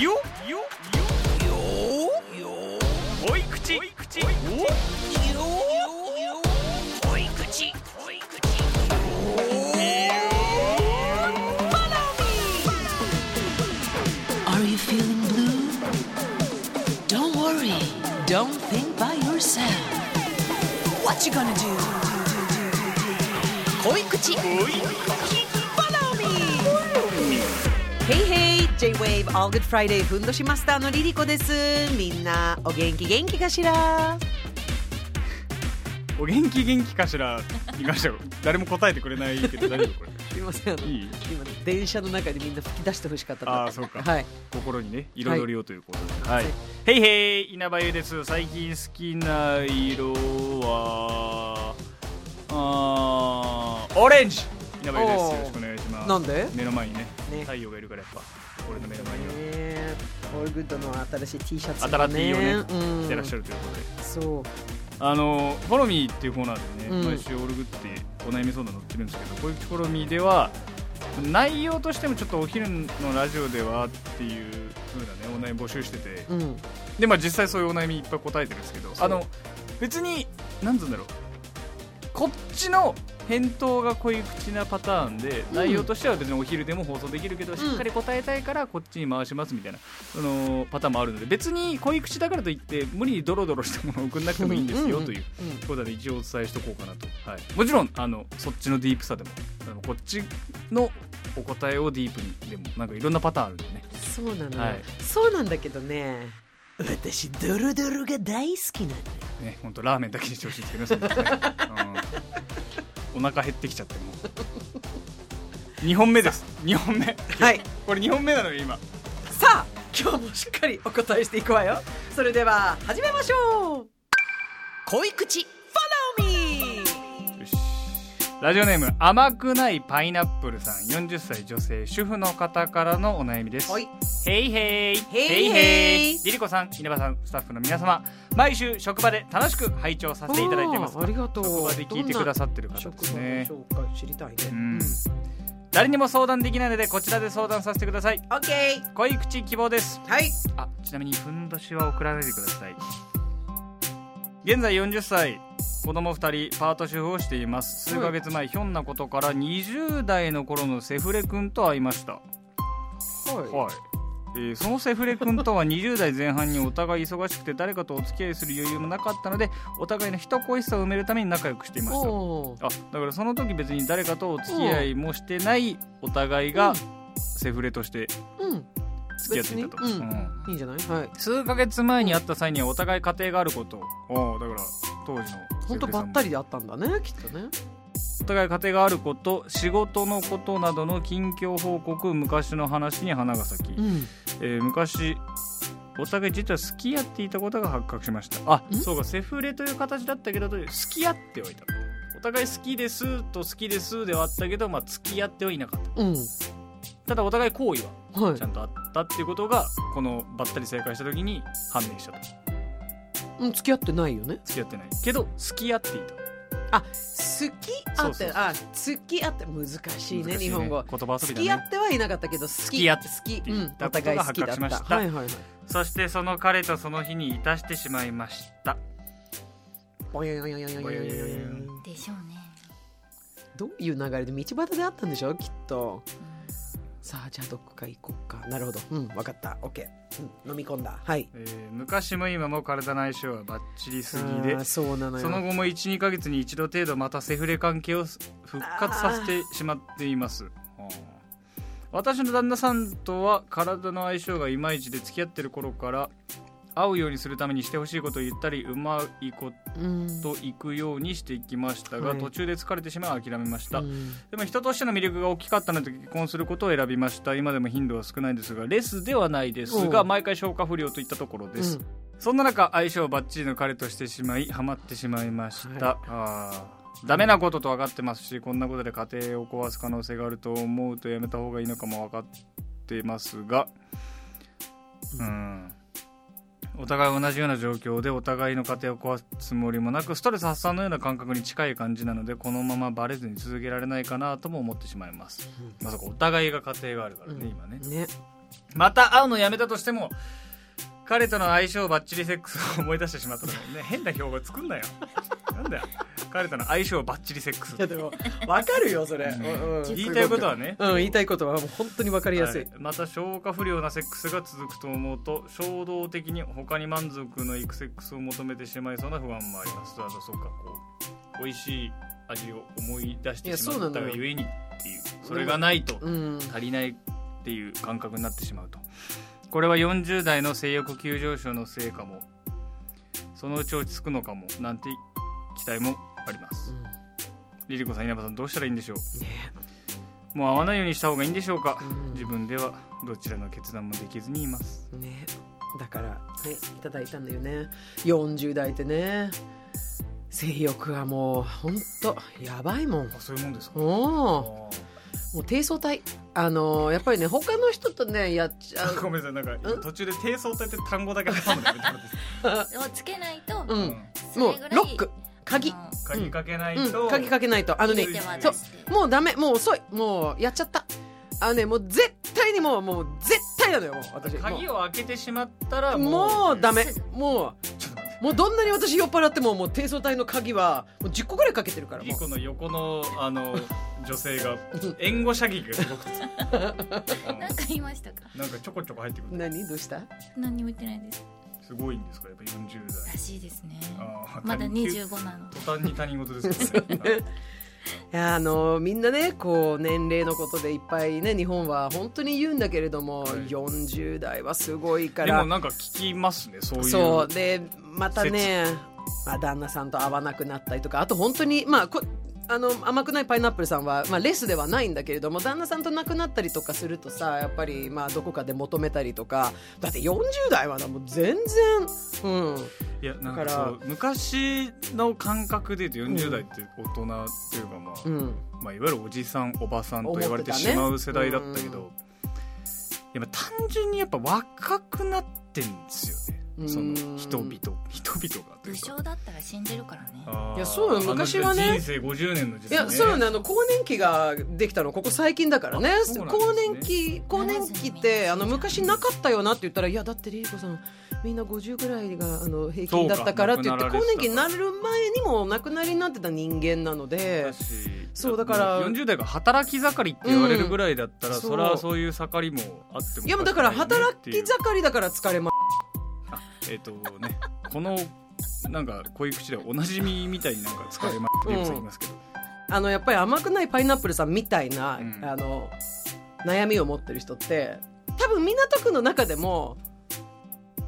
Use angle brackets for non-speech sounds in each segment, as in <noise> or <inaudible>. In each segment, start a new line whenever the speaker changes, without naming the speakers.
よよおい口おい口
恋口
おい
Hey, hey! J-Wave All Good Friday ふんどしマスターのリリコですみんなお元気元気かしら
お元気元気かしらに関しては誰も答えてくれないけ
<laughs>
ど大丈夫これ
すいませんあの
いい
今電車の中でみんな吹き出してほしかったな
あーそうか
はい
心にね彩りをということではい、へいへい稲葉優です最近好きな色はあーオレンジ稲葉優です
おー
よろしくお願いします
なんで
目の前にね
ね
太陽がいるからやっぱ俺の目の前には
ねオールグッドの新しい T シャツ
新しいよね
うん
来てらっしゃるということで、
そう
あの「フォロミー」っていうコーナーでね、
うん
毎週オルグってお悩み相談載ってるんですけど「こういうフォロミー」では内容としてもちょっとお昼のラジオではっていう風なねお悩み募集してて、
うん
でまあ実際そういうお悩みいっぱい答えてるんですけど
そう
あの別に何つうんだろうこっちの返答が濃い口なパターンで
ん
内容としては別にお昼でも放送できるけど、しっかり答えたいからこっちに回しますみたいなそのパターンもあるので別に濃い口だからといって無理にドロドロしたものを送んなくてもいいんですよ
ん
という。
ん
そうだね一応お伝えしとこうかなと、はい、もちろんあのそっちのディープさでもあのこっちのお答えをディープにでもなんかいろんなパターンあるんでね
そうなのよ、
はい
そうなんだけどね私ドロドロが大好きなんだよ
ね本当ラーメンだけにしてほしいんですけどねそんなのね、うん、お腹減ってきちゃってもう2本目です2本目
はい
これ2本目なのよ今
さあ今日もしっかりお答えしていくわよそれでは始めましょう恋口 Follow me
よしラジオネーム甘くないパイナップルさん40歳女性主婦の方からのお悩みです
はい
ヘイヘイ
ヘイヘイ
リリコさん稲葉さんスタッフの皆様毎週職場で楽しく拝聴させていただいています
あーありがとう
職場で聞いてくださってる
どんな
方
職
で
場
す
の
ね
紹介知りたいね
う
うんん
誰にも相談できないのでこちらで相談させてください
OK
恋口希望です
はい
あちなみにふんどしは送らないでください現在40歳子供2人パート主婦をしています数ヶ月前ひょんなことから20代の頃のセフレ君と会いました
は
はいえーそのセフレ君とは20代前半にお互い忙しくて誰かとお付き合いする余裕もなかったのでお互いの人恋しさを埋めるために仲良くしていました
おー
あだからその時別に誰かとお付き合いもしてないお互い
うん
がセフレとして
うん
付き合っていたと、
別にうん
うん
いいんじゃないはい
数ヶ月前に会った際にはお互い家庭があることをだから当時の
本当ばったりであったんだねきっとね
お互い家庭があること仕事のことなどの近況報告昔の話に花が咲き、
うん
えー昔お互い実は好き合っていたことが発覚しましたあ
ん
そうかセフレという形だったけど好き合ってはいたお互い好きですと好きですではあったけど、まあ、付き合ってはいなかった
うん
ただお互い好意は
はい
ちゃんとあったっていうことがこのばったり正解した時に判明したと
うん付き合ってないよね
付き合ってないけど付き合っていた
あ好き合って
そうそうそう
あ付き合って難しいね
難しい
日本語
言葉遊
付
び
き
だ
合
ね
ってはいなかったけど好き
付き合っ
好き、
て
う
い
ん、
た
お
こと
互い
が
好
発
きだ
覚
っ
しました
たはいはいはい
そしてその彼とその日にいたしてしまいました
ぼよよよよよよよよよよ
でしょうね、
どういう流れで道端であったんでしょうきっとさあじゃあどこか行こうかなるほどうん分かったオッケー、うん、飲み込んだはい
えー昔も今も体の相性はバッチリすぎで
あーそうなのよ
その後も12ヶ月に一度程度またセフレ関係を復活させてしまっていますあー私の旦那さんとは体の相性がいまいちで付き合ってる頃から会うようにするためにしてほしいことを言ったりうまいこ
うん
といくようにしていきましたが、
はい
途中で疲れてしまい諦めました、
うん
でも人としての魅力が大きかったので結婚することを選びました今でも頻度は少ないですがレスではないです
お
が
う
毎回消化不良といったところです、
うん
そんな中相性バッチリの彼としてしまいハマってしまいました、
はい
あーダメなことと分かってますしこんなことで家庭を壊す可能性があると思うとやめた方がいいのかも分かってますがうんお互い同じような状況でお互いの家庭を壊すつもりもなくストレス発散のような感覚に近い感じなのでこのままバレずに続けられないかなとも思ってしまいますまさかお互いが家庭があるからね、
うん
今ね
ね
また会うのやめたとしても彼との相性バッチリセックスを思い出してしまったので、ね、変な標語作んなよなんだよ彼との相性バッチリセックス
いやでもわかるよそれ、
うん
うんうん
言いたいことはね
うん、言いたいことはもう本当にわかりやすい、
はいまた消化不良なセックスが続くと思うと衝動的に他に満足のいくセックスを求めてしまいそうな不安もありますあとそうかこう美味しい味を思い出し
い
て
や
しまった
そうなの
が
よ
ゆえにっていうそれがないと
うん
足りないっていう感覚になってしまうとこれは40代の性欲急上昇のせいかもそのうち落ち着くのかもなんて期待もあります
うん
リリコさん稲葉さんどうしたらいいんでしょう
ね
もう会わないようにした方がいいんでしょうか
うん
自分ではどちらの決断もできずにいます
ねだからねいただいたんだよね40代ってね性欲はもうほんとやばいもん
あそういうもんですか
おーもう低層体あのーやっぱりね他の人とねやっちゃ
ご
う <laughs>
めんなさいなんか途中で低層体って単語だけ挟むのやめてもらっていいです
をつけないと、
うん
それ
もう
ぐらい
ロック鍵
あの
か鍵かけない
うん
と
鍵かけないとあのね
入れてもらって
そうもうダメもう遅いもうやっちゃったあのねもう絶対にもうもう絶対なのよもう私
鍵を開けてしまったら
もう
もう
もうダメ
す
も
ちょっと待って
うもうどんなに私酔っ払ってももう低層体の鍵はもう10個ぐらいかけてるから
リ
もう
コの横のあ
<laughs>
の女性が
ん
援護射撃がすごく
<laughs>
てうん
なんか言いましたか
なんかちょこちょこ入ってくる
何どうした
何にも言ってないです
すごいんですかやっぱ40
ら
代
しいですね
あー
まだ
他人
25なので
途端に他人事ですから
<laughs>
ね
いやあのみんなねこう年齢のことでいっぱいね日本は本当に言うんだけれども、
はい
40代はすごいか
でも
ら
なんか聞きますねそういう
そうでまたね、まあ、旦那さんと会わなくなったりとかあと本当にまあこあの甘くないパイナップルさんは、まあ、レスではないんだけれども旦那さんと亡くなったりとかするとさやっぱり、まあ、どこかで求めたりとかだって40代はなもう全然うん
いやなんか
だから
そう昔の感覚で言うと40代って大人っていうかまあ、
うん
まあ、いわゆるおじさんおばさんと言われて
思って
した
ね
まう世代だったけ
うん
ど、いやまあ単純にやっぱ若くなってんですよね
うん
その人々人々がと
武
いうか
将だったら死んでるからね
あー
いやそうよ昔はね
あの人生50年の時
い
代、ね、
や、そうね、あの更年期ができたの、ここ最近だからね
あ。そうなんです
更
ね
年期、更年期って、あの昔なかったよなって言ったら、いや、だって、りえこさん。みんな50ぐらいがあの平均だったからって言って
そうか
更
亡くなられてた
年期になる前にもお亡くなりになってた人間なので
だし
そうだから
40代が働き盛りって言われるぐらいだったら、
うん
そりゃそういう盛りもあっても
いやもうだから
おかしくないよね
働
っていう
き盛りだから疲れま
あえっ、とねこのなんかこういう口ではおなじみみたいになんか使われまってよく言いますけど、
あのやっぱり甘くないパイナップルさんみたいな、
うん
あの悩みを持ってる人って多分港区の中でも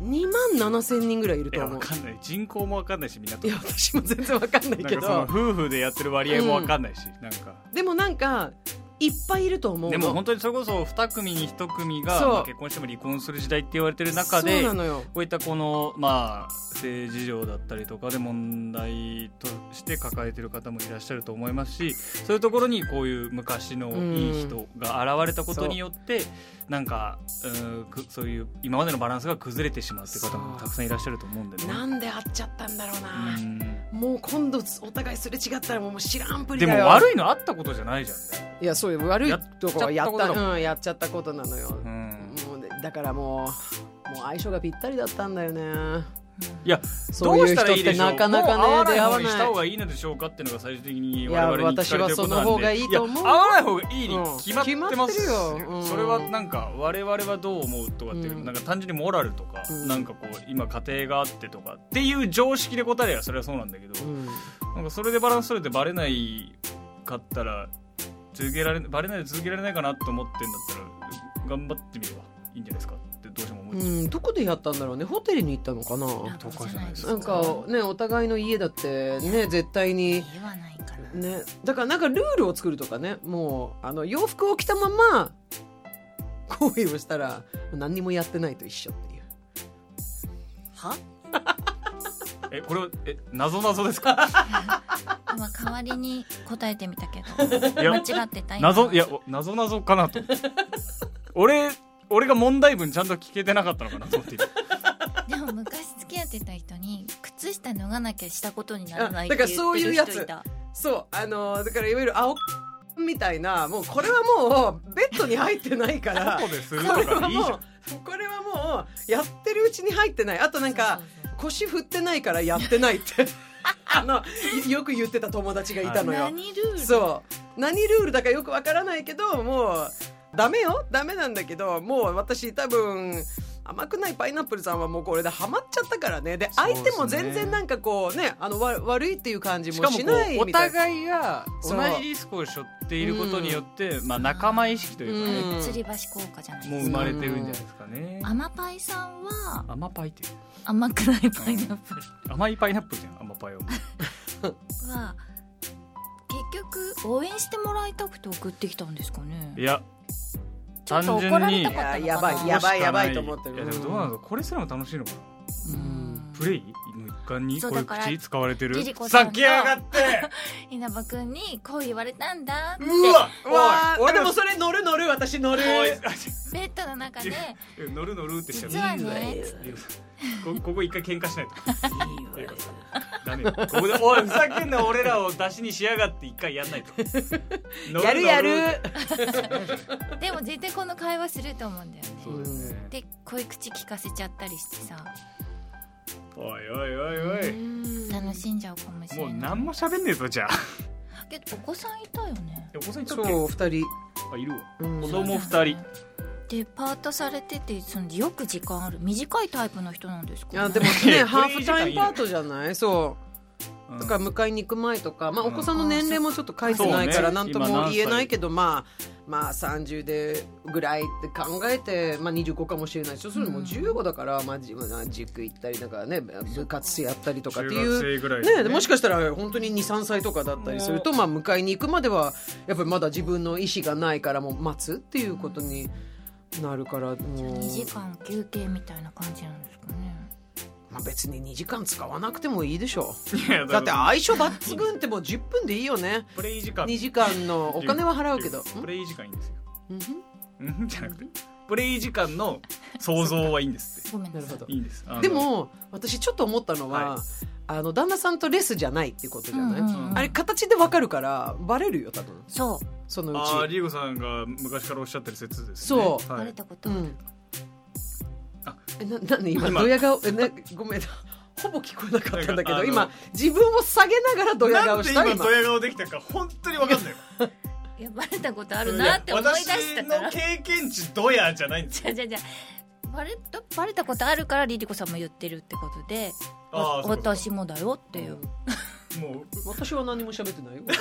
2万7千人ぐらいいる
い
と
や
思
わ
う
かんない人口もわかんないしみんない
や私も全然わかんない
なん
け
か
ど
その夫婦でやってる割合もわかんないし、なんか
でもなんかいっぱいいると思うの
でも本当にそれこそ2組に1組が、
そう
まあ結婚しても離婚する時代って言われてる中
そう
で
なのよ
こういったこのまあ政治事情だったりとかで問題として抱えてる方もいらっしゃると思いますしそういうところにこういう昔のいい人が現れたことによって、なんかうんくそういう今までのバランスが崩れてしまうって方もたくさんいらっしゃると思うんでね。
なんで会っちゃったんだろうな
う、ん
もう今度お互いすれ違ったらもう知らんぷり
で
だ
も
よ
悪いのあったことじゃないじゃんね。
いやそういう悪い
やっ
とこはやっ
ちゃった
た
ことだ
うん、やっちゃったことなのよ、
うん
もうねだからもうもう相性がぴったりだったんだよね
いや
そ
ど
う
う
い
し
う
たら
人
い
っ
いで
て
しょう
なかなか
もう
ね出
会
会
わない方
わ
にした
な
方
い
がいいのでしょうかっていうのが最終的に
いや
我々に聞かれてることなんで
私はその方がいいと思う
や会わない方がいいに
うん
決まってます,、
決まってるようん
それはなんか我々はどう思うとかっていう、
うん
なんか単純にモラルとか、
うん
なんかこう今家庭があってとかっていう常識で答えればそれはそうなんだけど、
うん
なんかそれでバランス取れてバレないかったら続けられバレないで続けられないかなと思ってんだったら頑張ってみればいいんじゃないですかってどうしても思っちゃう、
うん、どこでやったんだろうねホテルに行ったのかな
とかじゃないです
なんかねお互いの家だってね絶対に
言わないかな、
ね、だからなんかルールを作るとかねもうあの洋服を着たまま行為をしたら何にもやってないと一緒っていう
は
えこれはえ謎謎ですか
今代わりに答えてみたけど
いや
間違ってた今
謎いやお謎謎
<laughs>
かなと思って俺俺が問題文ちゃんと聞けてなかったのかなと思って今
でもか昔付き合ってた人に靴下脱がなきゃしたことにならないっ
あ
て言
だから
って
そういう
る
やつ
人いた
そうあのだからいわゆる青みたいなもうこれはもうベッドに入ってない
<laughs>
から
外でする
ことれ
か
は
でいいじ
も
ゃん
うこれはもうやってるうちに入ってないあとなんか
そうそう
腰振ってないからやってないってあのいよく言ってた友達がいた
そう
のよ。
何ルール
そう何ルールだかよくわからないけどもうダメよダメなんだけどもう私多分甘くないパイナップルさんはもうこれでハマっちゃったからねで
そうです
相
ね
手も全然なんかこうねあのわ悪いっていう感じ
しか
も
も
し
こ
ないう
お
みたいな
互いが同
そう
じリスクを背負っていることによって、まあ、仲間意識というかね、
吊り橋効果じゃない
もう
です
生
か
まれてるんじゃないですかね。
甘パイさんは
甘パイって
甘くないパイナップル
甘いパイナップルじゃん甘
<laughs>
パイは。
は結局応援してもらいたくて送ってきたんですかね
いや
ちょっと怒られたかったのかない
ややばいやばいやばいと思ってる
いやでもどうなんだろうこれすらも楽しいのかな。
うん
プレイの一環に
そう
これ
だから
口使われてる
リリ。コさん
さ
が
きやがって。
稲葉くんにこう言われたんだって
うわ
うわ
おい
ーでもそれ乗る乗る私乗る
おい
ベッドの中で
え乗る乗るってしちゃう
実はね
リリコさんこ <laughs> ここ一回喧嘩しないとリリコさんダメよここでおいふざけんな俺らを出しにしやがって一回やんないと
<laughs> <laughs> やるやる
乗
でも絶対この会話すると思うんだよね
そうですね
で恋口聞かせちゃったりしてさ
おいおいおいおい
楽しんじゃうかもし
もう
れない
何も喋んねえぞじゃあ
けどお子さんいたよね
お子さんいたっけ
そう二人
あいるわ
うん
子供二人
でパートされててそのよく時間ある短いタイプの人なんですか、ね、
あでも
<laughs> い
ね
や
ハーフタイムパートじゃないそう
うん
とか迎えに行く前とか、まあ、
うん
お子さんの年齢もちょっと書いてないか
そう
ら
ね
何とも言えないけど、まあ、まあ30でぐらいって考えて、まあ、25かもしれないしそれも
うん
15だから、まあ、自分は塾行ったりだからね部活やったりとかって
中学
いう。
生ぐらい
ね、でもしかしたら本当に23歳とかだったりすると、まあ、迎えに行くまではやっぱりまだ自分の意思がないからもう待つっていうことになるからもう、
2時間休憩みたいな感じなんですかね
まあ、別に2時間使わなくてもいいでしょ
いや
だって
から
相性抜群ってもう10分でいいよね
プレイ
<laughs>
時間
2時間のお金は払うけど
<laughs>
ん
プレイ時間いいんですよ
うん
うん <laughs> じゃなくてプレイ時間の想像はいいんですっ
ごめんなさい
なるほど
ていいんですあ
う
の
んでも私ちょっと思ったのは、
は
あの旦那さんとレスじゃないってことじゃない、
うんうんうん
あれ形でわかるからバレるよ多分
そう
その
あー
うち
リーゴさんが昔からおっしゃってる説ですね
そう
は
バ
い
レたこと、
うん
あ
えな何今
今
ドヤ顔えなごめんほぼ聞こえなかったんだけ
なんか
ど今自分を下げながらドヤ顔し
な
た
んで
今
今ドヤ顔できたか本当に分かんない
いやバレた <laughs> ことあるなって思い出したから
私の経験値ドヤじゃないんですよ
<laughs> じゃあじゃあじゃあバレたバレたことあるからリリコさんも言ってるってことで
あ
わ
ー
私もだよっていう、
もう
私は何も喋ってないよ
ず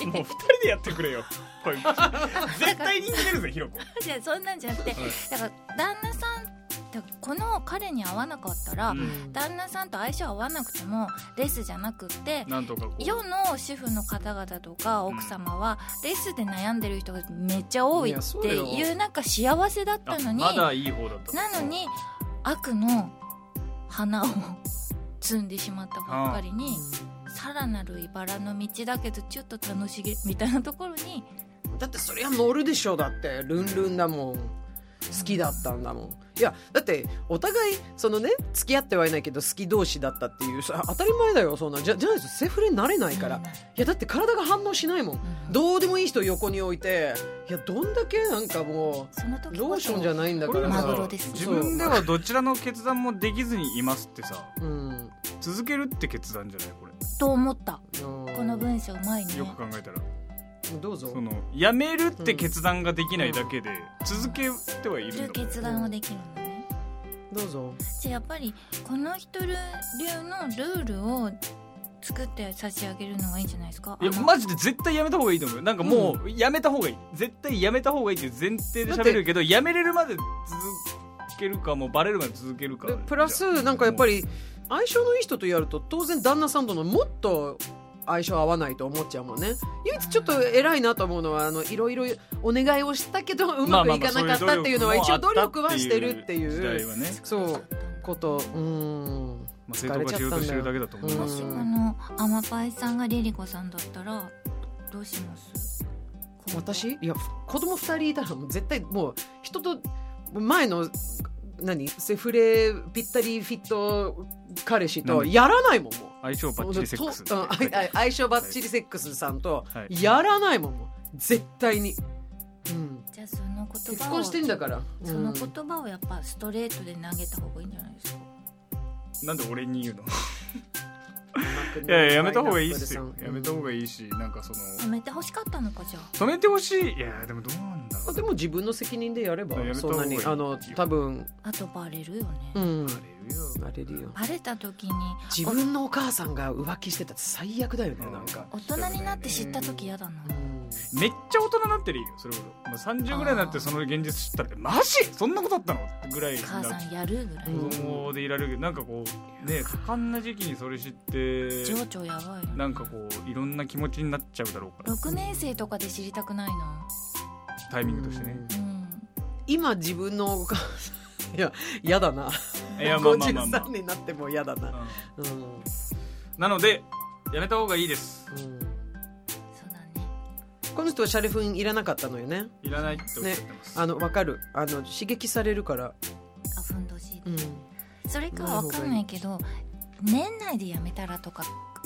るい
もう二人でやってくれよこれ絶対に出るぜひろこ
<laughs> じゃあそんなんじゃなくてだから旦那さんだからこの彼に合わなかったら、
うん
旦那さんと相性合わなくてもレスじゃなくって
<laughs> なんとかこう
世の主婦の方々とか奥様はレスで悩んでる人がめっちゃ多い
いや
っ
そう
て
だよ
いうなんか幸せだったのに
あまだいい方だった
なのに悪の花を摘んでしまったばっかりにさらなる茨の道だけどちょっと楽しげみたいなところに
だってそりゃ乗るでしょだってルンルンだもん好きだったんだもんいやだってお互いそのね付き合ってはいないけど好き同士だったっていうさ当たり前だよそんなじゃじゃないとセフレになれないから、
うん
いやだって体が反応しないもん
うん
どうでもいい人を横に置いていやどんだけなんかも
その
う
時
ローションじゃないんだ
こ
か
れ
ら
さ
マグロです
自分ではどちらの決断もできずにいますってさ
うん、
続けるって決断じゃないこれ
と思ったこ
こ
の文章うまいね
よく考えたら
どうぞ
そのやめるって決断ができないだけで続けてはいるん
い
だ
う
もん
決断はできるのね
どうぞ
じゃあやっぱりこの人流のルールを作って差し上げるのがいいんじゃないですか
いや
あの
マジで絶対やめた方がいいと思うよなんかもうやめた方がいい、絶対やめた方がいいっていう前提で喋るけどやめれるまで続けるかもうバレるまで続けるか
でプラスなんかやっぱり相性のいい人とやると当然旦那さんとのもっと相性合わないと思っちゃうもんね唯一ちょっと偉いなと思うのはあのいろいろお願いをしたけどうまくいかなかったっていうのは一応努力はしてるって
時代
いう
はね、
そうことうん
まあ、正当化しようとしてるだけだと思いま
う
す
こ
よ、
のアマパイさんがリリコさんだったらどうします
私いや子供二人いたらもう絶対もう人と前の何セフレぴったりフィット彼氏と
何
やらないもんもう
相性バッチリセックス
とうんああ相性バッチリセックスさんと
はい
<laughs> やらないもんもう絶対に、うん、
じゃあその言
結
葉を
婚してんだから、
その
うん
言葉をやっぱストレートで投げた方がいいんじゃないですか
なんで俺に言うのいやいややめた方がいいっすよやめた方が
いい
いいしなんかその
止めて欲しかったのかじゃあ
止めてほしいいやでもどうなんだろう
でも自分の責任でやれば
やめた
そ
方
ん
が
ない
い
にあの多分
あとバレるよね、
うん
バレるよ
なれるよ
バレた時に
自分のお母さんが浮気してたって最悪だよねなんか、
大人になって知った時嫌だな
うん
めっちゃ大人になってるよそれこそ、まあ、30ぐらいになってその現実知ったらマジそんなことあったのってぐらいにな
母
って
さんやるぐらい
うん
子供でいられるけどなんかこうね果敢な時期にそれ知って
情緒やばいよ
なんかこういろんな気持ちになっちゃうだろうから
6年生とかで知りたくないな
タイミングとしてね
うん
今自分のお母さん <laughs> いや嫌だな、
いやまあまあまあま
53になっても嫌だな、
あ、うん
うん
なのでやめた方がいいです
うん
そうだね
この人はシャレフンいらなかったのよね
いらないっておっしゃってます、
あのわかるあの刺激されるから、
あふんどし
うん、
それかわかんないけど年内でやめたらとか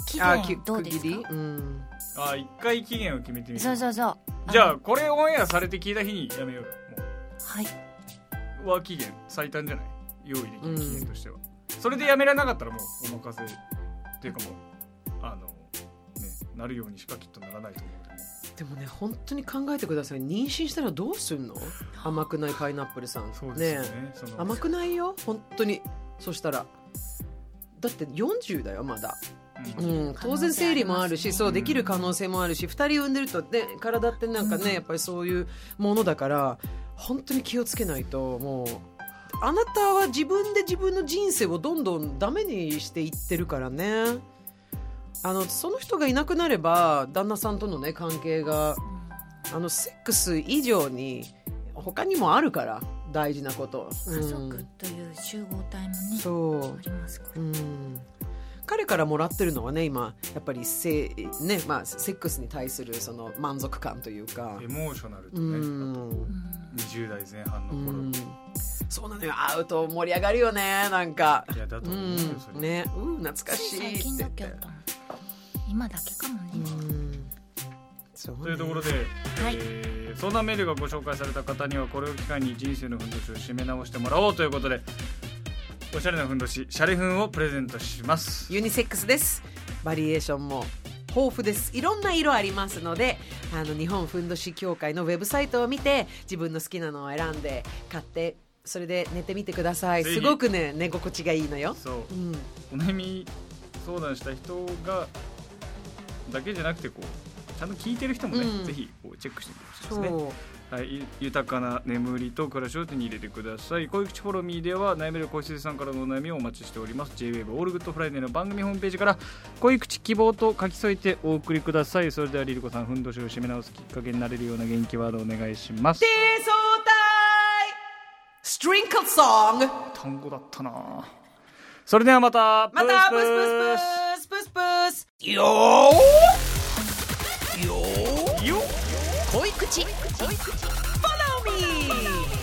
期
あ
限どうです
区切り
か
うん
あ一回期限を決めてみる
そうそうそう
じゃ
あ
あこれオンエアされて聞いた日にやめようよ
はい
もうは期限最短じゃない用意できる期
うん
限としては、それでやめられなかったらもうお任せっていうかもうあのねなるようにしかきっとならないと思うので
でもね本当に考えてください妊娠したらどうすんの甘くないパイナップルさん
そうですよねそ
え
の
甘くないよ本当にそしたらだって40だよまだ、
う
うんん、当然生理もある
可
し
能性ありますね
そうできる可能性もあるし2人産んでるとね体ってなんかね、
うん
やっぱりそういうものだから本当に気をつけないともうあなたは自分で自分の人生をどんどんダメにしていってるからねあのその人がいなくなれば旦那さんとのね関係
う
が
ん
あのセックス以上に他にもあるから大事なこと、うん
家族という集合体もね
そ
ありますか
う、
ら
うん、彼からもらってるのはね今やっぱりせ、ねまあ、セックスに対するその満足感というか
エ、モーショナルと
う
ね、
ん
うん
20代前半の
う
頃、
ん、そうなのよ会うと盛り上がるよねなんか。
いやだと
う
思うんんですよ、それ
ね、うん懐か
つ
し
い
い
最
って
近
言
だ
っ
け
て
あったの今だけかもね、
うんそうね
というところで、
はい
えーそんなメールがご紹介された方にはこれを機会に人生のふんどしを締め直してもらおうということでおしゃれなふんどしシャレふんをプレゼントします
ユニセックスですバリエーションも豊富ですいろんな色ありますのであの日本ふんどし協会のウェブサイトを見て自分の好きなのを選んで買ってそれで寝てみてください
ぜひ
すごくね寝心地がいいのよ、
そう
うん、
お悩み相談した人がだけじゃなくてこうちゃんと聞いてる人もね、
うん
ぜひこうチェックしてみてほしい
そ
ですね
う
はい、ゆ豊かな眠りと暮らしを手に入れてください。恋口フォロミーでは悩める恋口さんからのお悩みをお待ちしております。J-Wave オールグッドフライデーの番組ホームページから恋口希望と書き添えてお送りください。それではリリコさん、ふんどしを締め直すきっかけになれるような元気ワードお願いします
低。相対ストリンクルソング
単語だったなぁそれではまた、
また
プ
プ
ー
ー
スプース
スプースプースプースよーよーよー濃い口濃い口 Follow me!